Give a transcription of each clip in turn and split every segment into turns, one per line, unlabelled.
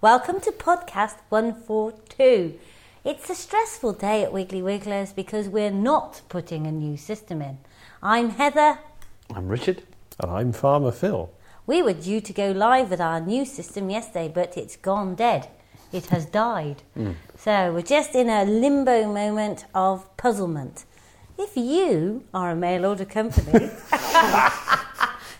Welcome to podcast 142. It's a stressful day at Wiggly Wigglers because we're not putting a new system in. I'm Heather.
I'm Richard.
And I'm Farmer Phil.
We were due to go live with our new system yesterday, but it's gone dead. It has died. So we're just in a limbo moment of puzzlement. If you are a mail order company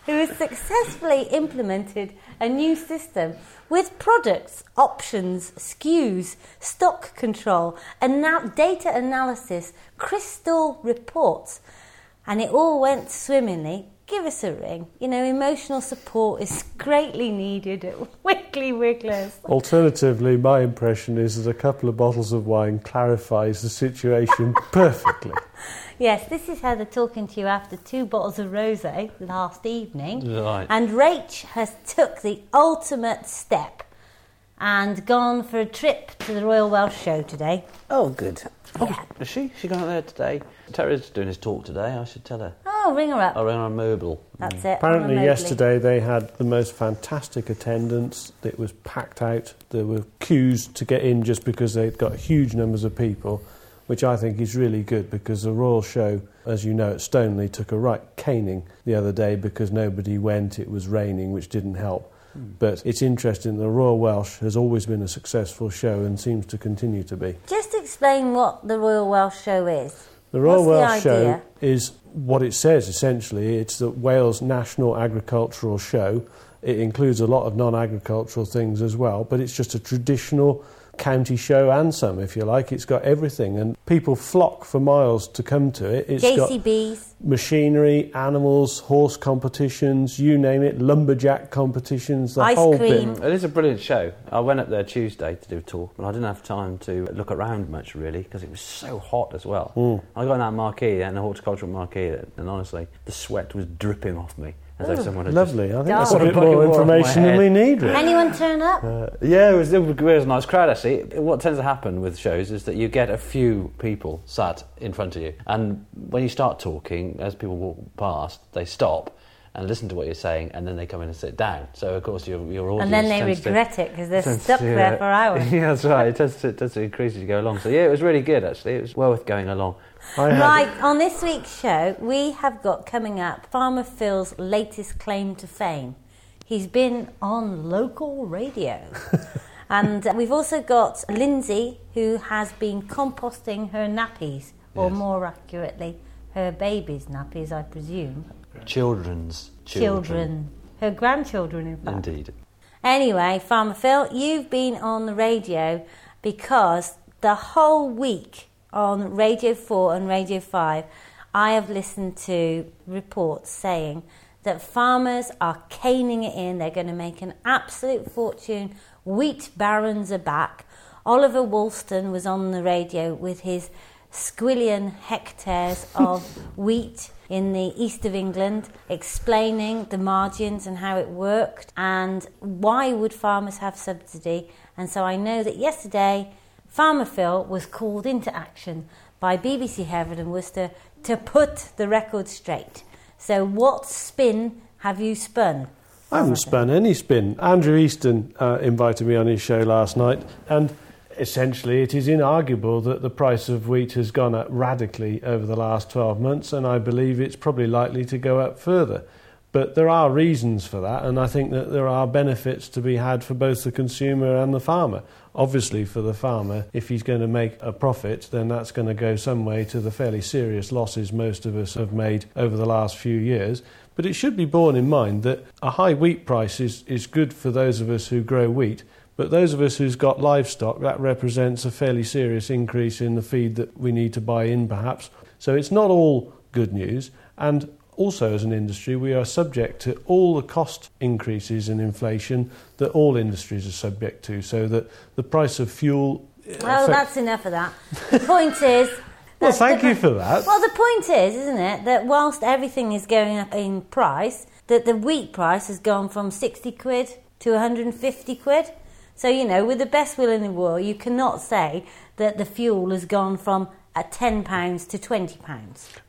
who has successfully implemented a new system with products, options, SKUs, stock control, and now data analysis, crystal reports, and it all went swimmingly, give us a ring. You know, emotional support is greatly needed at Wiggly Wigglers.
Alternatively, my impression is that a couple of bottles of wine clarifies the situation perfectly.
Yes, this is Heather talking to you after two bottles of rosé last evening.
Right.
And Rach has took the ultimate step and gone for a trip to the Royal Welsh Show today.
Oh, good.
Yeah.
Is she? She gone out there today? Terry's doing his talk today. I should tell her.
Oh, ring her up.
Oh, we're on a mobile.
That's it.
Apparently,
remotely.
yesterday they had the most fantastic attendance. It was packed out. There were queues to get in just because they'd got huge numbers of people, which I think is really good because the Royal Show, as you know, at Stoneleigh took a right caning the other day because nobody went. It was raining, which didn't help. But it's interesting, the Royal Welsh has always been a successful show and seems to continue to be.
Just explain what the Royal Welsh Show is.
The Royal
What's
Welsh
the idea?
Show is what it says essentially. It's the Wales National Agricultural Show. It includes a lot of non agricultural things as well, but it's just a traditional county show and some, if you like. It's got everything, and people flock for miles to come to it. It's got
JCBs.
machinery, animals, horse competitions, you name it, lumberjack competitions, the
Ice
whole
cream.
bit.
It is a brilliant show. I went up there Tuesday to do a tour, but I didn't have time to look around much really because it was so hot as well.
Hmm.
I got in that marquee and a horticultural marquee, and honestly, the sweat was dripping off me as though someone had just-
Oh, Lovely. I think that's a
Darling.
bit
Bucket
more
wore off my
information than
head.
we need, really.
Anyone turn up?
Uh,
Yeah, it was, it was a nice crowd actually. What tends to happen with shows is that you get a few people sat in front of you, and when you start talking, as people walk past, they stop and listen to what you're saying, and then they come in and sit down. So of course your your audience
and then they
tends to-
regret it because they're
tends
stuck
to,
there
uh,
for hours.
yeah, that's right. It tends to, it tends to increase as you go along. So yeah, it was really good actually. It was well worth going along.
I had-
Right, on this week's show, we have got coming up Farmer Phil's latest claim to fame. He's been on local radio. and uh, we've also got Lindsay, who has been composting her nappies, or
Yes.
more accurately, her baby's nappies, I presume.
Children's
Children. Her grandchildren, in fact.
Indeed.
Anyway, Farmer Phil, you've been on the radio because the whole week on Radio 4 and Radio 5, I have listened to reports saying that farmers are caning it in. They're going to make an absolute fortune. Wheat barons are back. Oliver Woolston was on the radio with his squillion hectares of wheat in the east of England, explaining the margins and how it worked and why would farmers have subsidy. And so I know that yesterday Farmer Phil was called into action by BBC Hereford and Worcester to put the record straight. So what spin have you spun?
I haven't spun any spin. Andrew Easton uh, invited me on his show last night, and essentially it is inarguable that the price of wheat has gone up radically over the last 12 months, and I believe it's probably likely to go up further. But there are reasons for that, and I think that there are benefits to be had for both the consumer and the farmer. Obviously, for the farmer, if he's going to make a profit, then that's going to go some way to the fairly serious losses most of us have made over the last few years. But it should be borne in mind that a high wheat price is, is good for those of us who grow wheat, but those of us who's got livestock, that represents a fairly serious increase in the feed that we need to buy in, perhaps. So it's not all good news. And also, as an industry, we are subject to all the cost increases and inflation that all industries are subject to, so that the price of fuel.
Well, that's enough of that. The point is.
well
that's
thank
the-
you for that.
Well, the point is, isn't it, that whilst everything is going up in price, that the wheat price has gone from 60 quid to 150 quid. So, you know, with the best will in the world, you cannot say that the fuel has gone from uh, £10 to £20.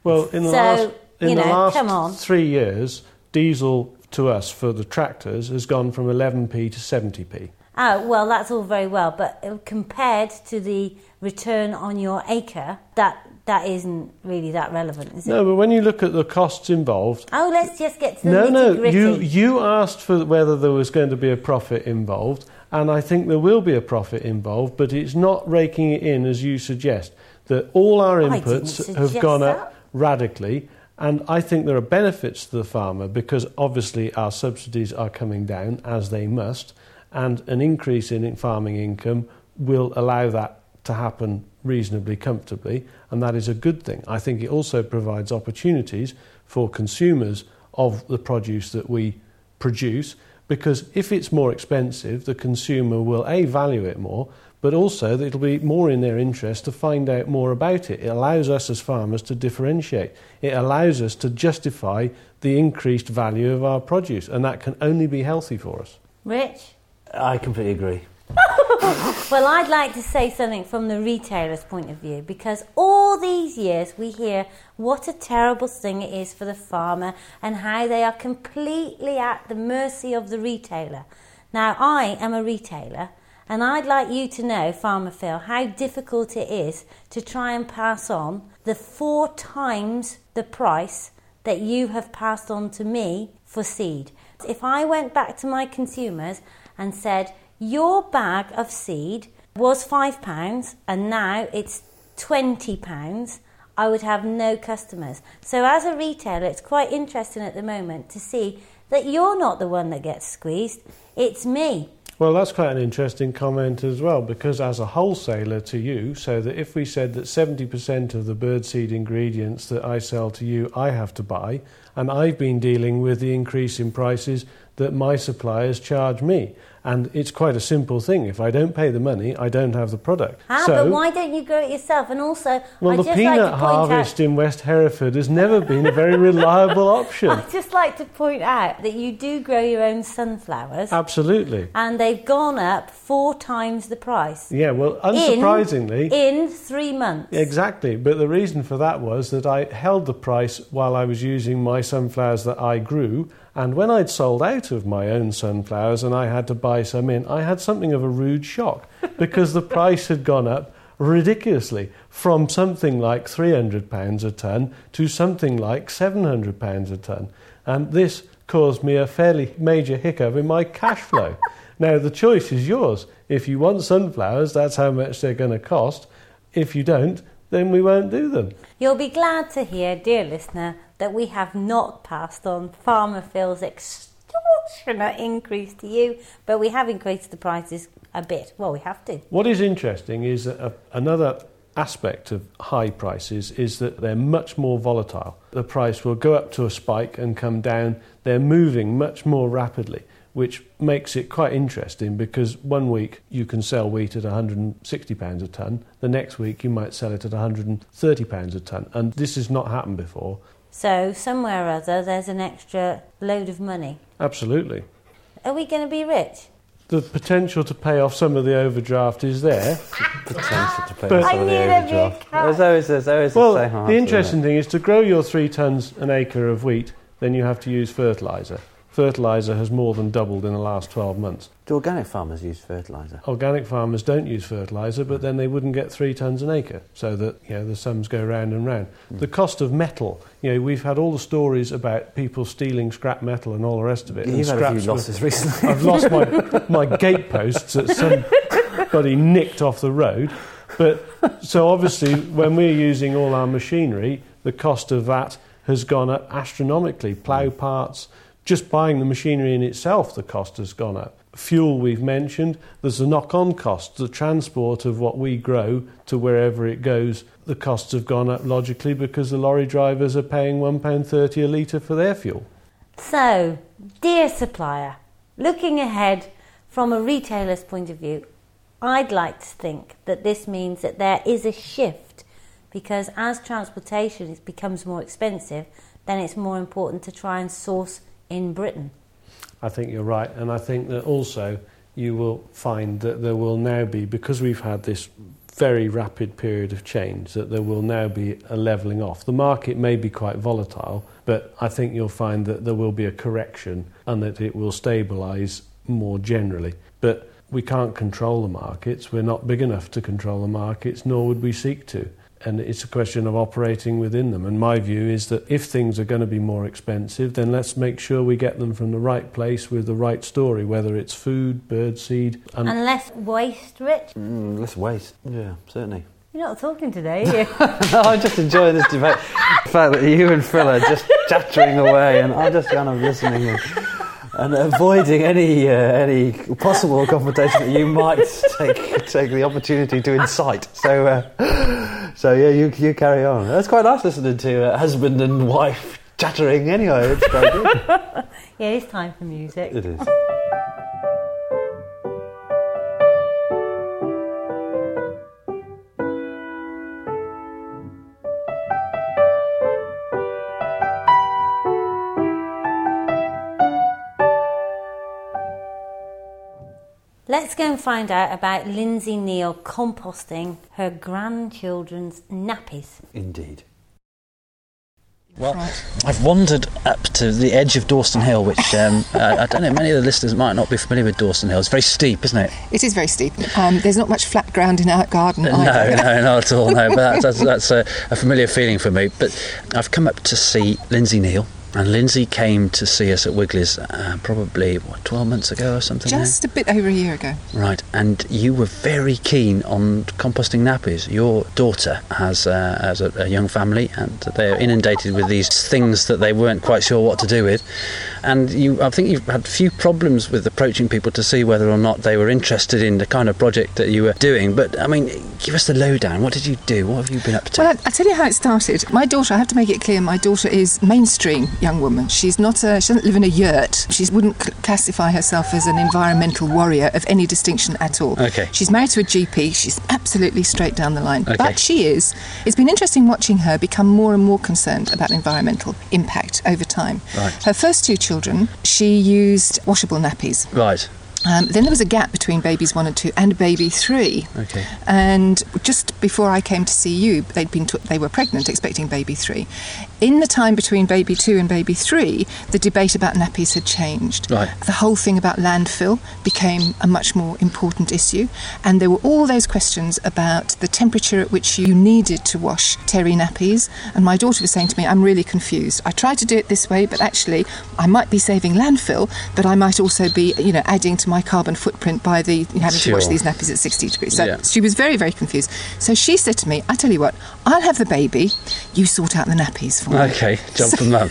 Well, in the
So,
last, in
you
the
know,
last
come on.
three years, diesel to us for the tractors has gone from 11p to 70p.
Oh, well, that's all very well, but uh, compared to the return on your acre, that that isn't really that relevant, is it?
No, but when you look at the costs involved,
Oh, let's just get to the
no, no,
nitty-gritty.
you you asked for whether there was going to be a profit involved, and I think there will be a profit involved, but it's not raking it in as you suggest. That all our
I didn't
inputs have
suggest
gone
that.
up radically, and I think there are benefits to the farmer because obviously our subsidies are coming down as they must, and an increase in farming income will allow that to happen reasonably comfortably, and that is a good thing. I think it also provides opportunities for consumers of the produce that we produce because if it's more expensive, the consumer will A, value it more, but also that it'll be more in their interest to find out more about it. It allows us as farmers to differentiate, it allows us to justify the increased value of our produce, and that can only be healthy for us.
Rich?
I completely agree.
Well, I'd like to say something from the retailer's point of view because all these years we hear what a terrible thing it is for the farmer and how they are completely at the mercy of the retailer. Now, I am a retailer and I'd like you to know, Farmer Phil, how difficult it is to try and pass on the four times the price that you have passed on to me for seed. If I went back to my consumers and said, Your bag of seed was £5 and now it's £20, I would have no customers. So, as a retailer, it's quite interesting at the moment to see that you're not the one that gets squeezed, it's me.
Well, that's quite an interesting comment as well, because as a wholesaler to you, so that if we said that 70% of the birdseed ingredients that I sell to you, I have to buy, and I've been dealing with the increase in prices that my suppliers charge me. And it's quite a simple thing. If I don't pay the money, I don't have the product.
Ah,
so,
but why don't you grow it yourself? And also,
well,
I'd
the
just like
peanut
to point out.
harvest in West Hereford has never been a very reliable option.
I'd just like to point out that you do grow your own sunflowers
Absolutely.
and they've gone up four times the price.
Yeah, well,
In-
unsurprisingly,
In, three months.
Exactly, but the reason for that was that I held the price while I was using my sunflowers that I grew, and when I'd sold out of my own sunflowers and I had to buy some in, I had something of a rude shock because the price had gone up ridiculously from something like £300 a tonne to something like £700 a tonne, and this caused me a fairly major hiccup in my cash flow. now, the choice is yours. If you want sunflowers, that's how much they're going to cost. If you don't, then we won't do them.
You'll be glad to hear, dear listener, that we have not passed on Farmer Phil's extortionate increase to you, but we have increased the prices a bit. Well, we have to.
What is interesting is that a, another aspect of high prices is that they're much more volatile. The price will go up to a spike and come down. They're moving much more rapidly, which makes it quite interesting because one week you can sell wheat at £160 a tonne, the next week you might sell it at £130 a tonne, and this has not happened before.
So, somewhere or other, there's an extra load of money.
Absolutely.
Are we going to be rich?
The potential to pay off some of the overdraft is there.
Potential to play
But-
with
I
some of the
knew there'd be a
overdraft.
cut.
There's always, there's always "Oh,
Well,
the same answer,
the
isn't
interesting thing is to grow your three tons an acre of wheat, then you have to use fertilizer. Fertilizer has more than doubled in the last 12 months.
it? Do organic farmers use fertiliser?
Organic farmers don't use fertilizer, but then they wouldn't get three tons an acre, so that you know, the sums go round and round.
Hmm.
The cost of metal, you know, we've had all the stories about people stealing scrap metal and all the rest of it. and
You've had a few
scraps were-
losses recently.
I've lost my my gateposts that somebody nicked off the road. But so obviously, when we're using all our machinery, the cost of that has gone up astronomically. Plough parts, just buying the machinery in itself, the cost has gone up. Fuel we've mentioned. There's the knock-on costs, the transport of what we grow to wherever it goes. The costs have gone up logically because the lorry drivers are paying one pound thirty a litre for their fuel.
So, dear supplier, looking ahead from a retailer's point of view, I'd like to think that this means that there is a shift because as transportation is- becomes more expensive, then it's more important to try and source in Britain.
I think you're right, and I think that also you will find that there will now be because we've had this very rapid period of change that there will now be a levelling off. The market may be quite volatile, but I think you'll find that there will be a correction and that it will stabilise more generally. But we can't control the markets. We're not big enough to control the markets, nor would we seek to. And it's a question of operating within them. And my view is that if things are going to be more expensive, then let's make sure we get them from the right place with the right story, whether it's food, birdseed, and
And less waste rich.
Mm, less waste. Yeah, certainly.
You're not talking today, are you?
No, I'm just enjoying this debate. The fact that you and Phil are just chattering away, and I'm just kind of listening and, and avoiding any uh, any possible confrontation that you might take take the opportunity to incite. So, uh, so yeah, you you carry on. That's quite nice listening to uh, husband and wife chattering. Anyway, it's quite good.
yeah, it's time for music.
Uh,
It is.
Let's go and find out about Lindsay Neal composting her grandchildren's nappies.
Indeed.
Well, I've wandered up to the edge of Dawson Hill, which um, I, I don't know, many of the listeners might not be familiar with Dawson Hill. It's very steep, isn't it?
It is very steep. Um, there's not much flat ground in our garden
No, no,
either.
not at all, no. But that's, that's, that's a, a familiar feeling for me. But I've come up to see Lindsay Neal, and Lindsay came to see us at Wiggler's uh, probably, what, 12 months ago or something? now?
Just a bit over a year ago.
Right, and you were very keen on composting nappies. Your daughter has, uh, has a, a young family, and they're inundated with these things that they weren't quite sure what to do with. And you, I think you've had few problems with approaching people to see whether or not they were interested in the kind of project that you were doing. But I mean, give us the lowdown. What did you do? What have you been up to?
Well, I- I'll tell you how it started. My daughter, I have to make it clear, my daughter is mainstream young woman. She's not a, she doesn't live in a yurt. She wouldn't cl- classify herself as an environmental warrior of any distinction at all.
Okay.
She's married to a GP. She's absolutely straight down the line.
Okay.
But she is. It's been interesting watching her become more and more concerned about environmental impact over time.
Right.
Her first two children, she used washable nappies.
right.
Um, then there was a gap between babies one and two and baby three.
Okay.
And just before I came to see you, they'd been t- they were pregnant, expecting baby three. In the time between baby two and baby three, the debate about nappies had changed.
Right.
The whole thing about landfill became a much more important issue, and there were all those questions about the temperature at which you needed to wash terry nappies. And my daughter was saying to me, "I'm really confused. I tried to do it this way, but actually, I might be saving landfill, but I might also be, you know, adding to my carbon footprint by the having to wash
Sure.
these nappies at 60 degrees." So
Yeah.
she was very, very confused. So she said to me, I tell you what, I'll have the baby, you sort out the nappies for me.
Okay. Jump from that.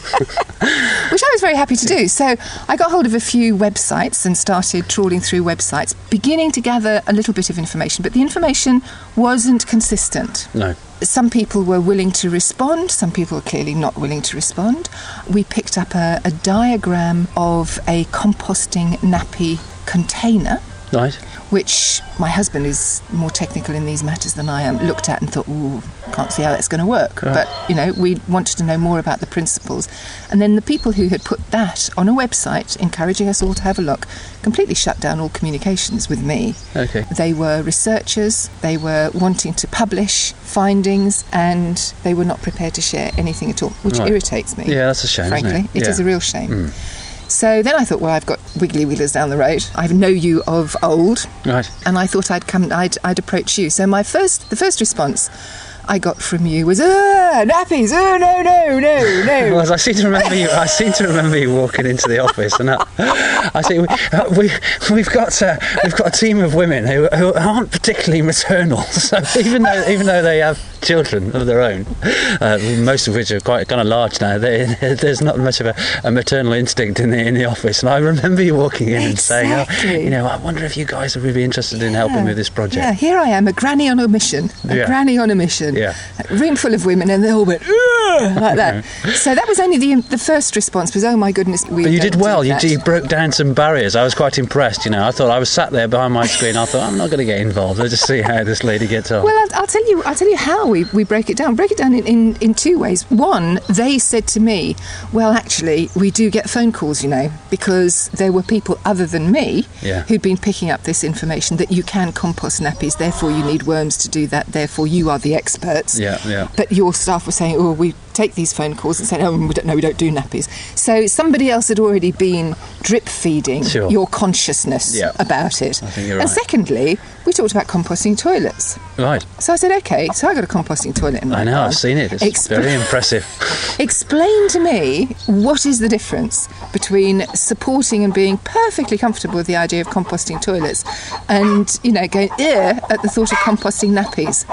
Which I was very happy to do. So I got hold of a few websites and started trawling through websites, beginning to gather a little bit of information, but the information wasn't consistent.
No.
Some people were willing to respond, some people were clearly not willing to respond. We picked up a, a diagram of a composting nappy container
Right.
which my husband is more technical in these matters than I am, looked at and thought, ooh, can't see how that's going to work.
Yeah.
But, you know, we wanted to know more about the principles. And then the people who had put that on a website, encouraging us all to have a look, completely shut down all communications with me.
Okay.
They were researchers, they were wanting to publish findings, and they were not prepared to share anything at all, which
Right.
irritates me
Yeah, that's a shame.
frankly.
isn't it?
it
yeah. Mm.
is a real shame. So then I thought, well, I've got Wiggly Wheelers down the road. I know you of old,
Right.
and I thought I'd come, I'd, I'd approach you. So my first, the first response I got from you was, "Ah, nappies! Oh no, no, no, no!"
Well, I seem to remember you. I seem to remember you walking into the office, and I, I see we, uh, we we've got uh, we've got a team of women who, who aren't particularly maternal. So even though even though they have children of their own, uh, most of which are quite kind of large now, they, there's not much of a, a maternal instinct in the in the office. And I remember you walking in and saying, oh,
Exactly.
you know, I wonder if you guys would be interested in helping with this project.
Yeah, here I am, a granny on a mission. A
Yeah.
granny on a mission.
Yeah.
A room full of women, and they all went, "Ugh," like that. so that was only the, the first response was, oh my goodness. We
But you
don't
did well.
do
You,
that."
you broke down some barriers. I was quite impressed. You know, I thought I was sat there behind my screen. I thought I'm not going to get involved. Let's just see how this lady gets on.
Well, I'll, I'll tell you. I'll tell you how we, we break it down. Break it down in, in, in two ways. One, they said to me, well, actually, we do get phone calls, you know, because there were people other than me
Yeah.
who'd been picking up this information that you can compost nappies, therefore you need worms to do that, therefore you are the experts.
Yeah, yeah.
But your staff were saying, oh, we take these phone calls and say, oh, we don't, no, we don't do nappies. So somebody else had already been drip feeding
Sure.
your consciousness
Yeah.
about it.
I think you're
And
right.
secondly, we talked about composting toilets.
Right.
So I said, okay, so I got a composting toilet in my
I know,
barn.
I've seen it. It's
Expl-
very impressive.
Explain to me what is the difference between supporting and being perfectly comfortable with the idea of composting toilets and, you know, going, ear at the thought of composting nappies.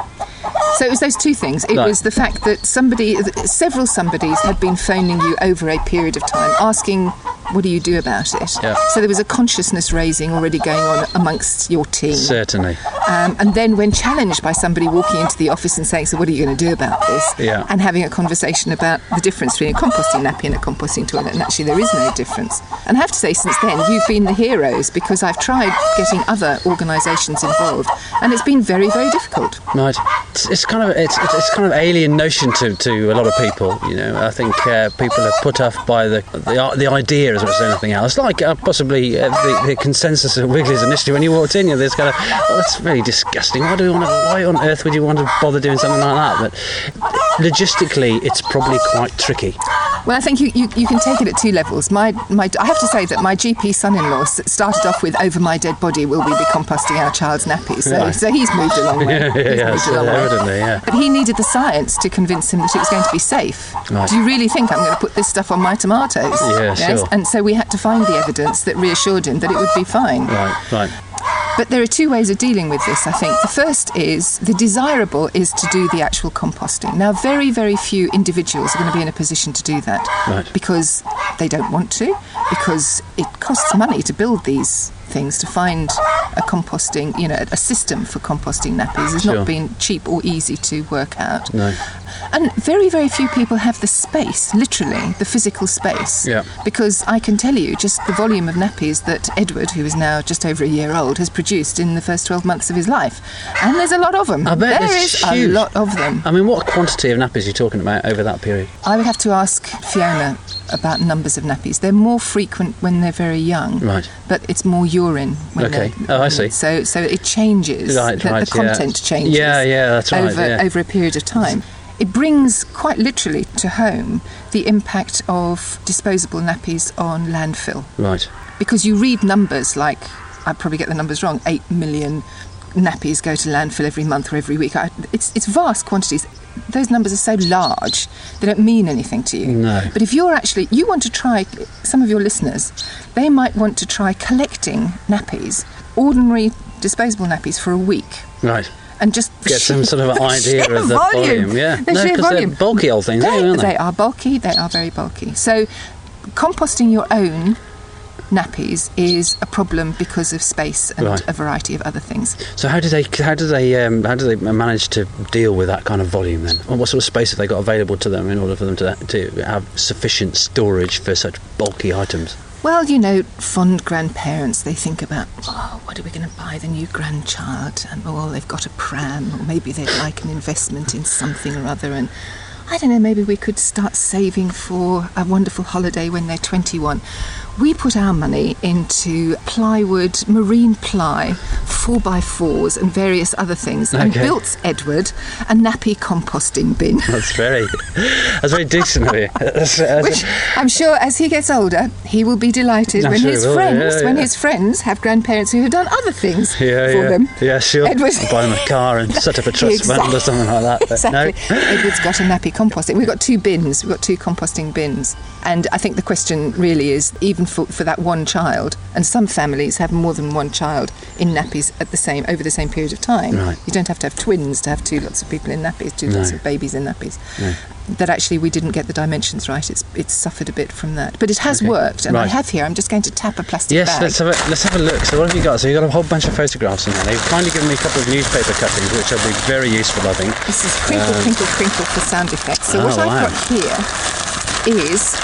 So it was those two things. It
Right.
was the fact that somebody, that several somebodies had been phoning you over a period of time asking, what do you do about it?
Yeah.
So there was a consciousness raising already going on amongst your team.
Certainly.
Um, and then, when challenged by somebody walking into the office and saying, "So, what are you going to do about this?"
Yeah.
and having a conversation about the difference between a composting nappy and a composting toilet, and actually there is no difference. And I have to say, since then, you've been the heroes because I've tried getting other organisations involved, and it's been very, very difficult.
Right. It's, it's kind of it's, it's it's kind of alien notion to, to a lot of people. You know, I think uh, people are put off by the the, i- the idea as much as anything else. Like uh, possibly uh, the, the consensus of Wiggles initially when you walked in, you know, there's kind of oh, that's really disgusting. Why do we want to? Why on earth would you want to bother doing something like that? But logistically, it's probably quite tricky.
Well, I think you, you, you can take it at two levels. My, my, I have to say that my GP son-in-law s- started off with "Over my dead body, will we be composting our child's nappies?" So,
Right.
so he's moved along.
yeah, yeah,
he's moved
so
a long way.
evidently, yeah.
But he needed the science to convince him that it was going to be safe.
Right.
Do you really think I'm going to put this stuff on my tomatoes?
Yeah, sure.
And so we had to find the evidence that reassured him that it would be fine.
Right, right.
But there are two ways of dealing with this, I think. The first is the desirable is to do the actual composting. Now, very, very few individuals are going to be in a position to do that
Right.
because they don't want to, because it costs money to build these things, to find a composting, you know, a system for composting nappies has
Sure.
not been cheap or easy to work out.
No.
And very, very few people have the space, literally, the physical space.
Yeah.
Because I can tell you just the volume of nappies that Edward, who is now just over a year old, has produced in the first 12 months of his life. And there's a lot of them.
I bet
there
it's
is
huge.
a lot of them.
I mean, what quantity of nappies are you talking about over that period?
I would have to ask Fiona about numbers of nappies. They're more frequent when they're very young.
Right.
But it's more urine. When
Okay.
they're-
Oh, I see.
So, so it changes.
Right,
the,
right,
the
yeah.
content changes.
Yeah, yeah, that's right,
Over,
yeah.
over a period of time. It brings quite literally to home the impact of disposable nappies on landfill
Right.
because you read numbers like I probably get the numbers wrong. Eight million nappies go to landfill every month or every week. I, it's it's vast quantities. Those numbers are so large they don't mean anything to you.
No.
But if you're actually you want to try some of your listeners, they might want to try collecting nappies, ordinary disposable nappies for a week.
Right.
And just
Get some sort of
the
idea
sheer
of the volume, yeah.
the
No,
sheer
'cause they're
volume.
bulky old things,
They,
aren't they?
they are bulky. They are very bulky. So, composting your own nappies is a problem because of space and
Right.
a variety of other things.
So how do they how do they um, how do they manage to deal with that kind of volume then? Or what sort of space have they got available to them in order for them to to have sufficient storage for such bulky items?
Well, you know, fond grandparents, they think about, oh, what are we going to buy the new grandchild? And, oh, they've got a pram, or maybe they'd like an investment in something or other. And I don't know, maybe we could start saving for a wonderful holiday when they're 21. We put our money into plywood, marine ply, 4x4s, and various other things, and
Okay.
built Edward a nappy composting bin.
That's very that's very decent of you. That's- that's-
Which I'm sure as he gets older, he will be delighted
I'm
when
sure he
his
will,
friends
yeah,
when
yeah.
his friends have grandparents who have done other things
yeah,
for
yeah.
them.
Yeah, sure.
Edward-
I'll buy them a car and set up a trust fund or something like that. But
exactly.
No.
Edward's got a nappy composting. We've got two bins. We've got two composting bins. And I think the question really is, even for, for that one child, and some families have more than one child in nappies at the same over the same period of time.
Right.
You don't have to have twins to have two lots of people in nappies, two lots
No.
of babies in nappies. That actually we didn't get the dimensions right. It's it's suffered a bit from that, but it has
Okay.
worked. And I
Right.
have here. I'm just going to tap a plastic
Yes,
bag.
let's have a let's have a look. So what have you got? So you've got a whole bunch of photographs in there. They've kindly given me a couple of newspaper cuttings, which will be very useful, I think.
This is crinkle, crinkle, crinkle for sound effects. So
Uh, Oh,
what
wow.
I've got here is.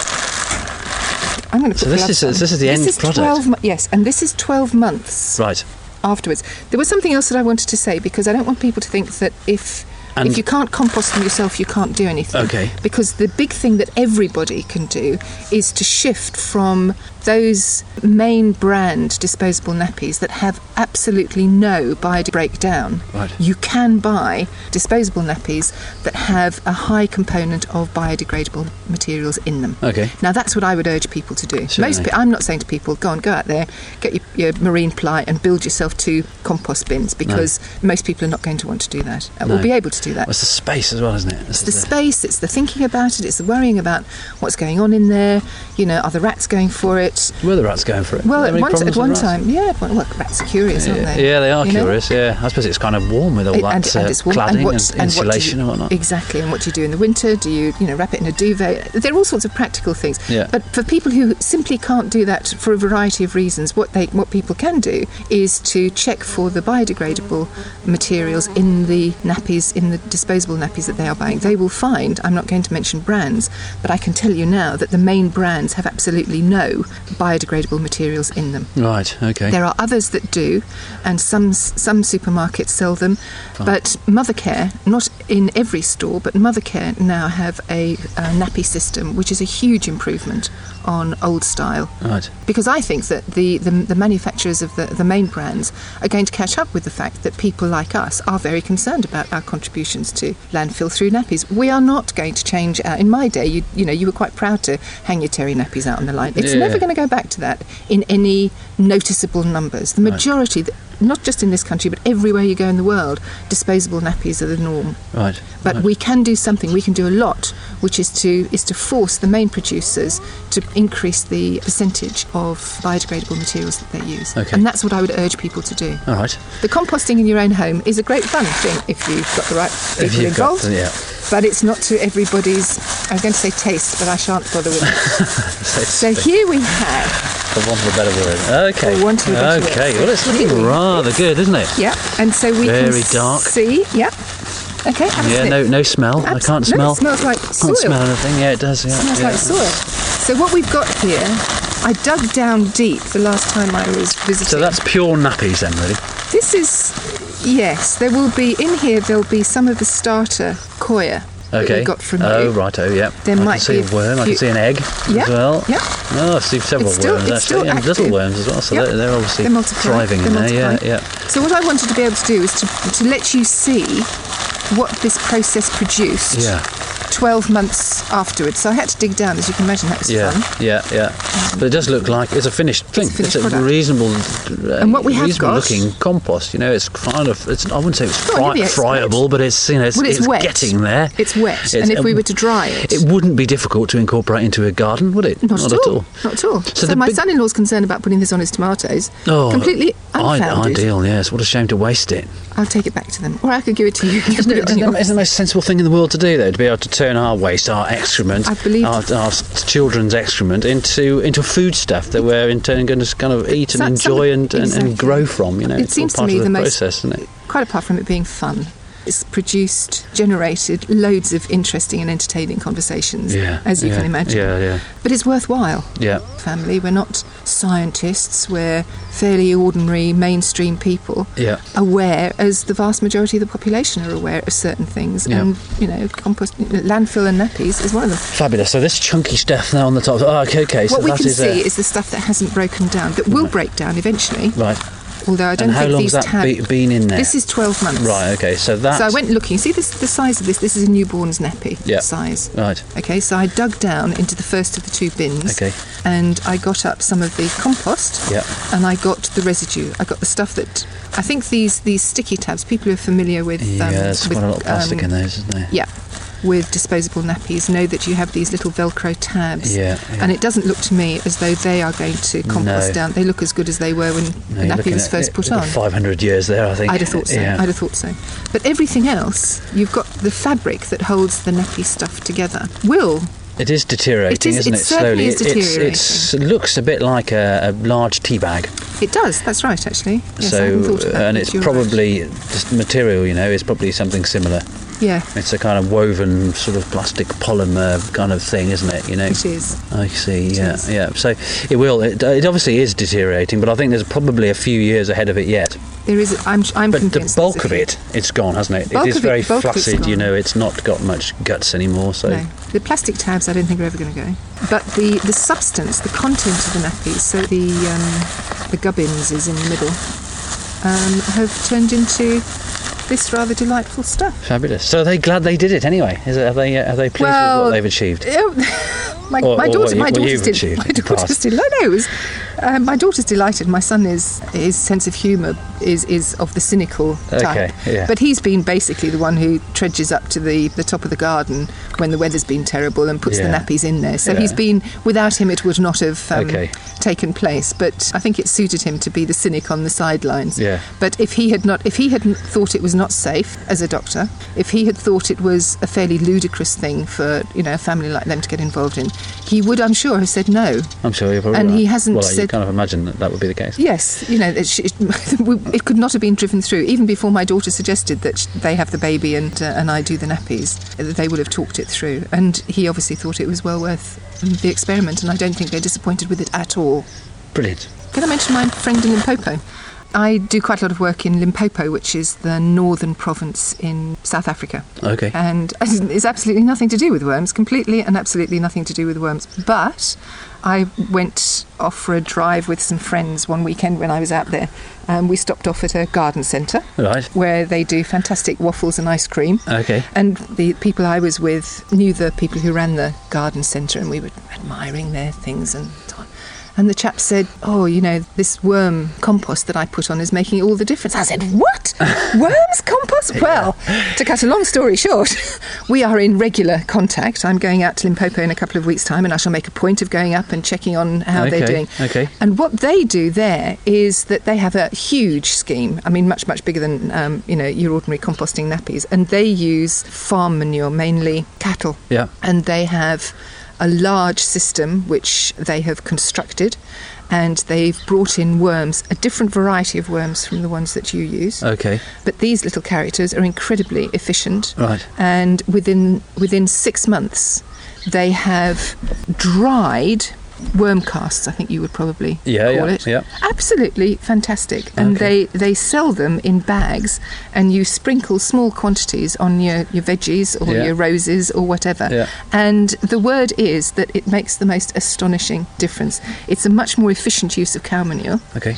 I'm going to put
So this
gloves
is-
on.
this is the end
is
product.
12 mo- yes, and this is 12 months
Right.
afterwards. There was something else that I wanted to say because I don't want people to think that if
And-
if you can't compost them yourself, you can't do anything.
Okay.
Because the big thing that everybody can do is to shift from those main brand disposable nappies that have absolutely no bio breakdown.
Right.
You can buy disposable nappies that have a high component of biodegradable materials in them.
Okay.
Now that's what I would urge people to do.
Certainly.
Most pe- I'm not saying to people, go on, go out there, get your, your marine ply and build yourself two compost bins because most people are not going to want to do that and
No.
will be able to do that.
Well, it's the space as well, isn't it? This
It's the
is
space, it's the thinking about it, it's the worrying about what's going on in there. You know, are the rats going for it?
Were the rats going for it?
Well,
Were there
at
any
one,
problems
at
with
one
rats?
time, yeah, at one- well, rats are curious, aren't
Yeah,
they?
yeah, they are
You know?
curious. Yeah, I suppose it's kind of warm with all
It-
that uh,
warm,
cladding and,
what- what do you-
insulation and whatnot.
Exactly. And what do you do in the winter? Do you, you know, wrap it in a duvet? There are all sorts of practical things.
Yeah.
But for people who simply can't do that for a variety of reasons, what they what people can do is to check for the biodegradable materials in the nappies, in the disposable nappies that they are buying. They will find. I'm not going to mention brands, but I can tell you now that the main brands have absolutely no biodegradable materials in them.
Right. Okay.
There are others that do, and some some supermarkets sell them. But Mothercare, not in every store, but Mothercare now have a, uh nappy system, which is a huge improvement on old style.
Right.
Because I think that the, the, the manufacturers of the, the main brands are going to catch up with the fact that people like us are very concerned about our contributions to landfill through nappies. We are not going to change our. In my day, you, you know, you were quite proud to hang your terry nappies out on the line. It's
Yeah.
never going to go back to that in any noticeable numbers. The majority, th not just in this country, but everywhere you go in the world, disposable nappies are the norm.
Right.
But
right.
we can do something. We can do a lot, which is to is to force the main producers to increase the percentage of biodegradable materials that they use.
Okay.
And that's what I would urge people to do.
All right.
The composting in your own home is a great fun thing if you've got the right people
you've got
involved.
the- yeah.
But it's not to everybody's. I was going to say taste, but I shan't bother with it.
So,
so here we have,
for want of a better word. Okay.
For want of a better word.
okay. Well, it's looking rather good, isn't it?
yeah, and so we can
Very dark.
see, yeah. Okay, have a
Yeah.
sniff.
No. No smell.
Abs-
I can't
no,
smell.
it smells like
Can't
soil.
smell anything. Yeah, it does. Yeah.
smells
yeah.
like soil. So what we've got here, I dug down deep the last time I was visiting.
So that's pure nappies then, really.
this is yes. There will be in here. There'll be some of the starter koya that
Okay.
we got from
oh,
you.
right. Oh, yeah.
There
I
might
can see
be
a
a
worm. I can
few-
see an egg
Yeah,
as well.
yeah.
Oh, I see several
It's still-
worms
it's still
actually, and little
active.
worms as well. So
Yep.
they're, they're obviously
They're multiplying.
thriving
They're
in there. Yeah,
multiplying.
yeah.
So what I wanted to be able to do is to, to let you see what this process produced
Yeah.
12 months afterwards. So I had to dig down, as you can imagine, that was
Yeah,
fun. Um,
yeah, yeah. But it does look like it's a finished thing. It's,
finished
a
product.
reasonable, uh,
And what we have
reasonable
got-
looking compost. You know, it's kind of. It's, I wouldn't say it's
Well,
fry,
you'd be expert.
friable, but it's you know it's,
Well, it's wet.
getting there. um,
It's wet, and if we were to dry it-
it wouldn't be difficult to incorporate into a garden, would it?
Not, at, all. Not at all.
So
So,
the
my
big-
son-in-law's concerned about putting this on his tomatoes.
Oh,
completely
i-
unfounded.
ideal. Yes, what a shame to waste it.
I'll take it back to them, or I could give it to you. You can
Isn't it,
put it
isn't
on
it
yours.
isn't the most sensible thing in the world to do, though, to be able to turn our waste, our excrement,
I believe-
our, our s- children's excrement, into into food stuff that we're in turn going to kind of eat and
Some-
enjoy
some-
and, and,
exactly.
and grow from. You know,
It
it's all
seems to
part
me
of the,
the most-
process, isn't it?
Quite apart from it being fun, it's produced, generated loads of interesting and entertaining conversations,
Yeah,
as you
yeah,
can imagine.
yeah, yeah.
But it's worthwhile.
Yeah.
Family, we're not scientists. We're fairly ordinary, mainstream people.
Yeah.
Aware, as the vast majority of the population are aware of certain things,
Yeah.
and you know, compost, landfill, and nappies is one of them.
Fabulous. So this chunky stuff now on the top. Oh, okay, okay. So
what we
that
can
is,
see
uh,
is the stuff that hasn't broken down, that will break down eventually.
right.
Although I don't
And how
think
long's
these
that
tab-
be- been in there?
This is 12 months.
Right. Okay. So that.
So I went looking. See this the size of this. This is a newborn's nappy
Yeah.
size.
Right.
Okay, so I dug down into the first of the two bins.
Okay.
And I got up some of the compost.
Yeah.
And I got the residue. I got the stuff that I think these these sticky tabs. People who are familiar with
Yeah,
um,
there's
with,
quite a lot of plastic
um,
in there, isn't there?
Yeah. With disposable nappies, know that you have these little Velcro tabs,
Yeah, yeah.
and it doesn't look to me as though they are going to compost
No.
down. They look as good as they were when
No,
the
you're
nappy
looking
was
at-
first put
you've got
on.
500 years there, I think.
I'd have thought so.
Yeah.
I'd have thought so. But everything else, you've got the fabric that holds the nappy stuff together. Will
It is
It
deteriorating,
is-
isn't
it
it? Slowly,
certainly is
It's, it's, it looks a bit like a, a large tea bag.
it does? That's right, actually. Yes, I hadn't
so,
thought of that,
and
but
it's
you're
probably the material, you know, is probably something similar.
right. yeah,
It's a kind of woven sort of plastic polymer kind of thing, isn't it? You know,
it is.
I see. Yeah,
is.
yeah. So it will. It, it obviously is deteriorating, but I think there's probably a few years ahead of it yet.
There is. I'm, I'm
But the
convinced.
bulk
there's
of
a-
it, it's gone, hasn't it?
Bulk
It is
of it-
very
bulk of it's
flaccid, you
gone.
know, it's not got much guts anymore, so.
No, the plastic tabs I don't think are ever going to go. But the, the substance, the content of the nappies, so the um, the gubbins is in the middle, um, have turned into this rather delightful stuff.
Fabulous. So are they glad they did it anyway? Is it, are they uh, are they pleased with what they've achieved?
Oh, my,
Or-
my
or what
daughter,
you-
my
what
daughter's
you've
did,
achieved
my
in the
daughter's
past.
did. No, no, it was, uh, my daughter's delighted. My son is his sense of humour is is of the cynical
Okay,
type.
yeah.
But he's been basically the one who trudges up to the, the top of the garden when the weather's been terrible and puts the
Yeah.
nappies in there. So
Yeah.
he's been without him, it would not have um,
Okay.
taken place. But I think it suited him to be the cynic on the sidelines.
Yeah.
But if he had not, if he had thought it was not safe as a doctor, if he had thought it was a fairly ludicrous thing for you know a family like them to get involved in, he would, I'm sure, have said no.
I'm sure you're probably
And
right.
he hasn't
Well, you
said-
kind of imagine that that would be the case.
Yes, you know, it, sh- it could not have been driven through. Even before my daughter suggested that sh- they have the baby and uh, and I do the nappies, uh, they would have talked it through. And he obviously thought it was well worth um, the experiment, and I don't think they're disappointed with it at all.
Brilliant.
Can I mention my friend in Limpopo? I do quite a lot of work in Limpopo, which is the northern province in South Africa.
Okay.
And it's absolutely nothing to do with worms, completely and absolutely nothing to do with worms. But I went off for a drive with some friends one weekend when I was out there. Um, we stopped off at a garden centre
Right.
where they do fantastic waffles and ice cream.
Okay.
And the people I was with knew the people who ran the garden centre, and we were admiring their things and so on. And the chap said, Oh, you know, this worm compost that I put on is making all the difference. I said, What? Worms compost? Well, to cut a long story short, we are in regular contact. I'm going out to Limpopo in a couple of weeks' time, and I shall make a point of going up and checking on how they're
Okay,
doing.
okay.
And what they do there is that they have a huge scheme. I mean, much much bigger than um, you know your ordinary composting nappies, and they use farm manure mainly cattle.
Yeah.
And they have a large system which they have constructed, and they've brought in worms, a different variety of worms from the ones that you use.
Okay.
But these little characters are incredibly efficient.
Right.
And within within six months, they have dried worm casts. I think you would probably
Yeah,
call
yeah,
it.
yeah.
Absolutely fantastic. And
Okay.
they they sell them in bags, and you sprinkle small quantities on your your veggies or
Yeah.
your roses or whatever.
Yeah.
And the word is that it makes the most astonishing difference. It's a much more efficient use of cow manure
Okay.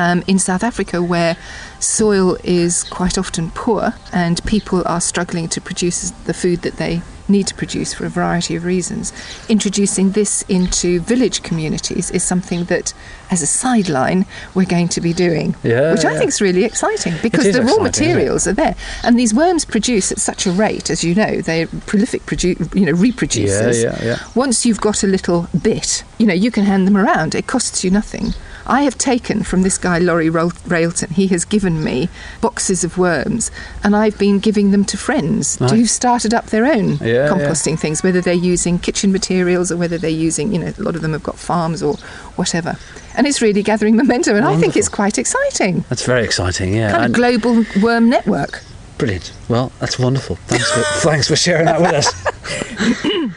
um, in South Africa, where soil is quite often poor and people are struggling to produce the food that they need to produce for a variety of reasons, introducing this into village communities is something that, as a sideline, we're going to be doing.
Yeah,
which I
yeah.
think is really exciting because
is
the raw
exciting, isn't it?
materials are there, and these worms produce at such a rate, as you know, they're prolific, produ- you know, reproducers.
yeah, yeah.
Once you've got a little bit, you know, you can hand them around. It costs you nothing. I have taken from this guy, Laurie Rol- Railton, he has given me boxes of worms and I've been giving them to friends
Nice.
who've started up their own
Yeah, yeah.
composting things, whether they're using kitchen materials or whether they're using, you know, a lot of them have got farms or whatever. And it's really gathering momentum and I think it's quite exciting.
That's very exciting, yeah.
Kind of
And-
global worm network.
brilliant. Well, that's wonderful. Thanks for, thanks for sharing that with us.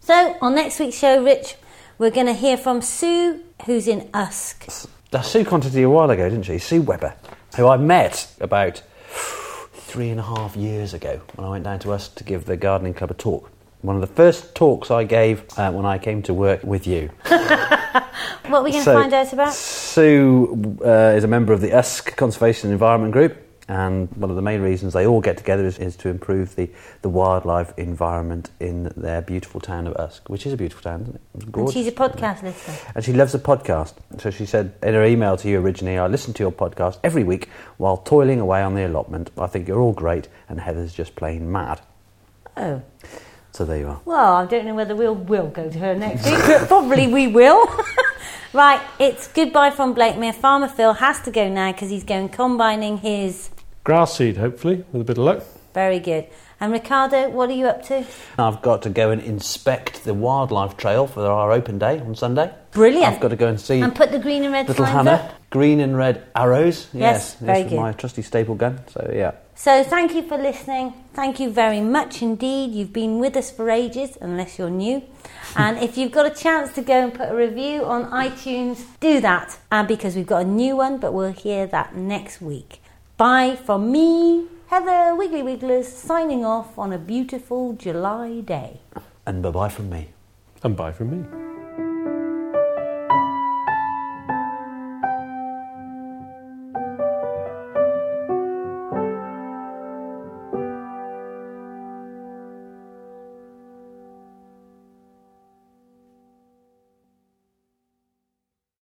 So, on next week's show, Rich, we're going to hear from Sue, who's in Usk.
Now, Sue contacted you a while ago, didn't she? Sue Webber, who I met about three and a half years ago when I went down to us to give the gardening club a talk. One of the first talks I gave uh, when I came to work with you.
What are we going to
So-
find out about?
Sue uh, is a member of the USC Conservation and Environment Group, and one of the main reasons they all get together is, is to improve the, the wildlife environment in their beautiful town of Usk, which is a beautiful town, isn't it? It's
And
gorgeous.
she's a podcast listener.
And she loves the podcast. So she said in her email to you originally, I listen to your podcast every week while toiling away on the allotment. I think you're all great, and Heather's just plain mad.
Oh.
So there you are.
Well, I don't know whether we'll will go to her next week, but probably we will. right, it's goodbye from Blakemere. Farmer Phil has to go now because he's going combining his.
Grass seed, hopefully, with a bit of luck.
Very good. And Ricardo, what are you up to?
I've got to go and inspect the wildlife trail for our open day on Sunday.
Brilliant.
I've got to go and see
And put the green and red
Little
signs
Hannah.
up.
Green and red arrows.
Yes,
Yes,
very
with
good.
my trusty staple gun. So, yeah.
So thank you for listening. Thank you very much indeed. You've been with us for ages, unless you're new. and if you've got a chance to go and put a review on iTunes, do that. And because we've got a new one, but we'll hear that next week. Bye from me, Heather Wiggly Wigglers, signing off on a beautiful July day.
And bye bye from me.
And bye from me.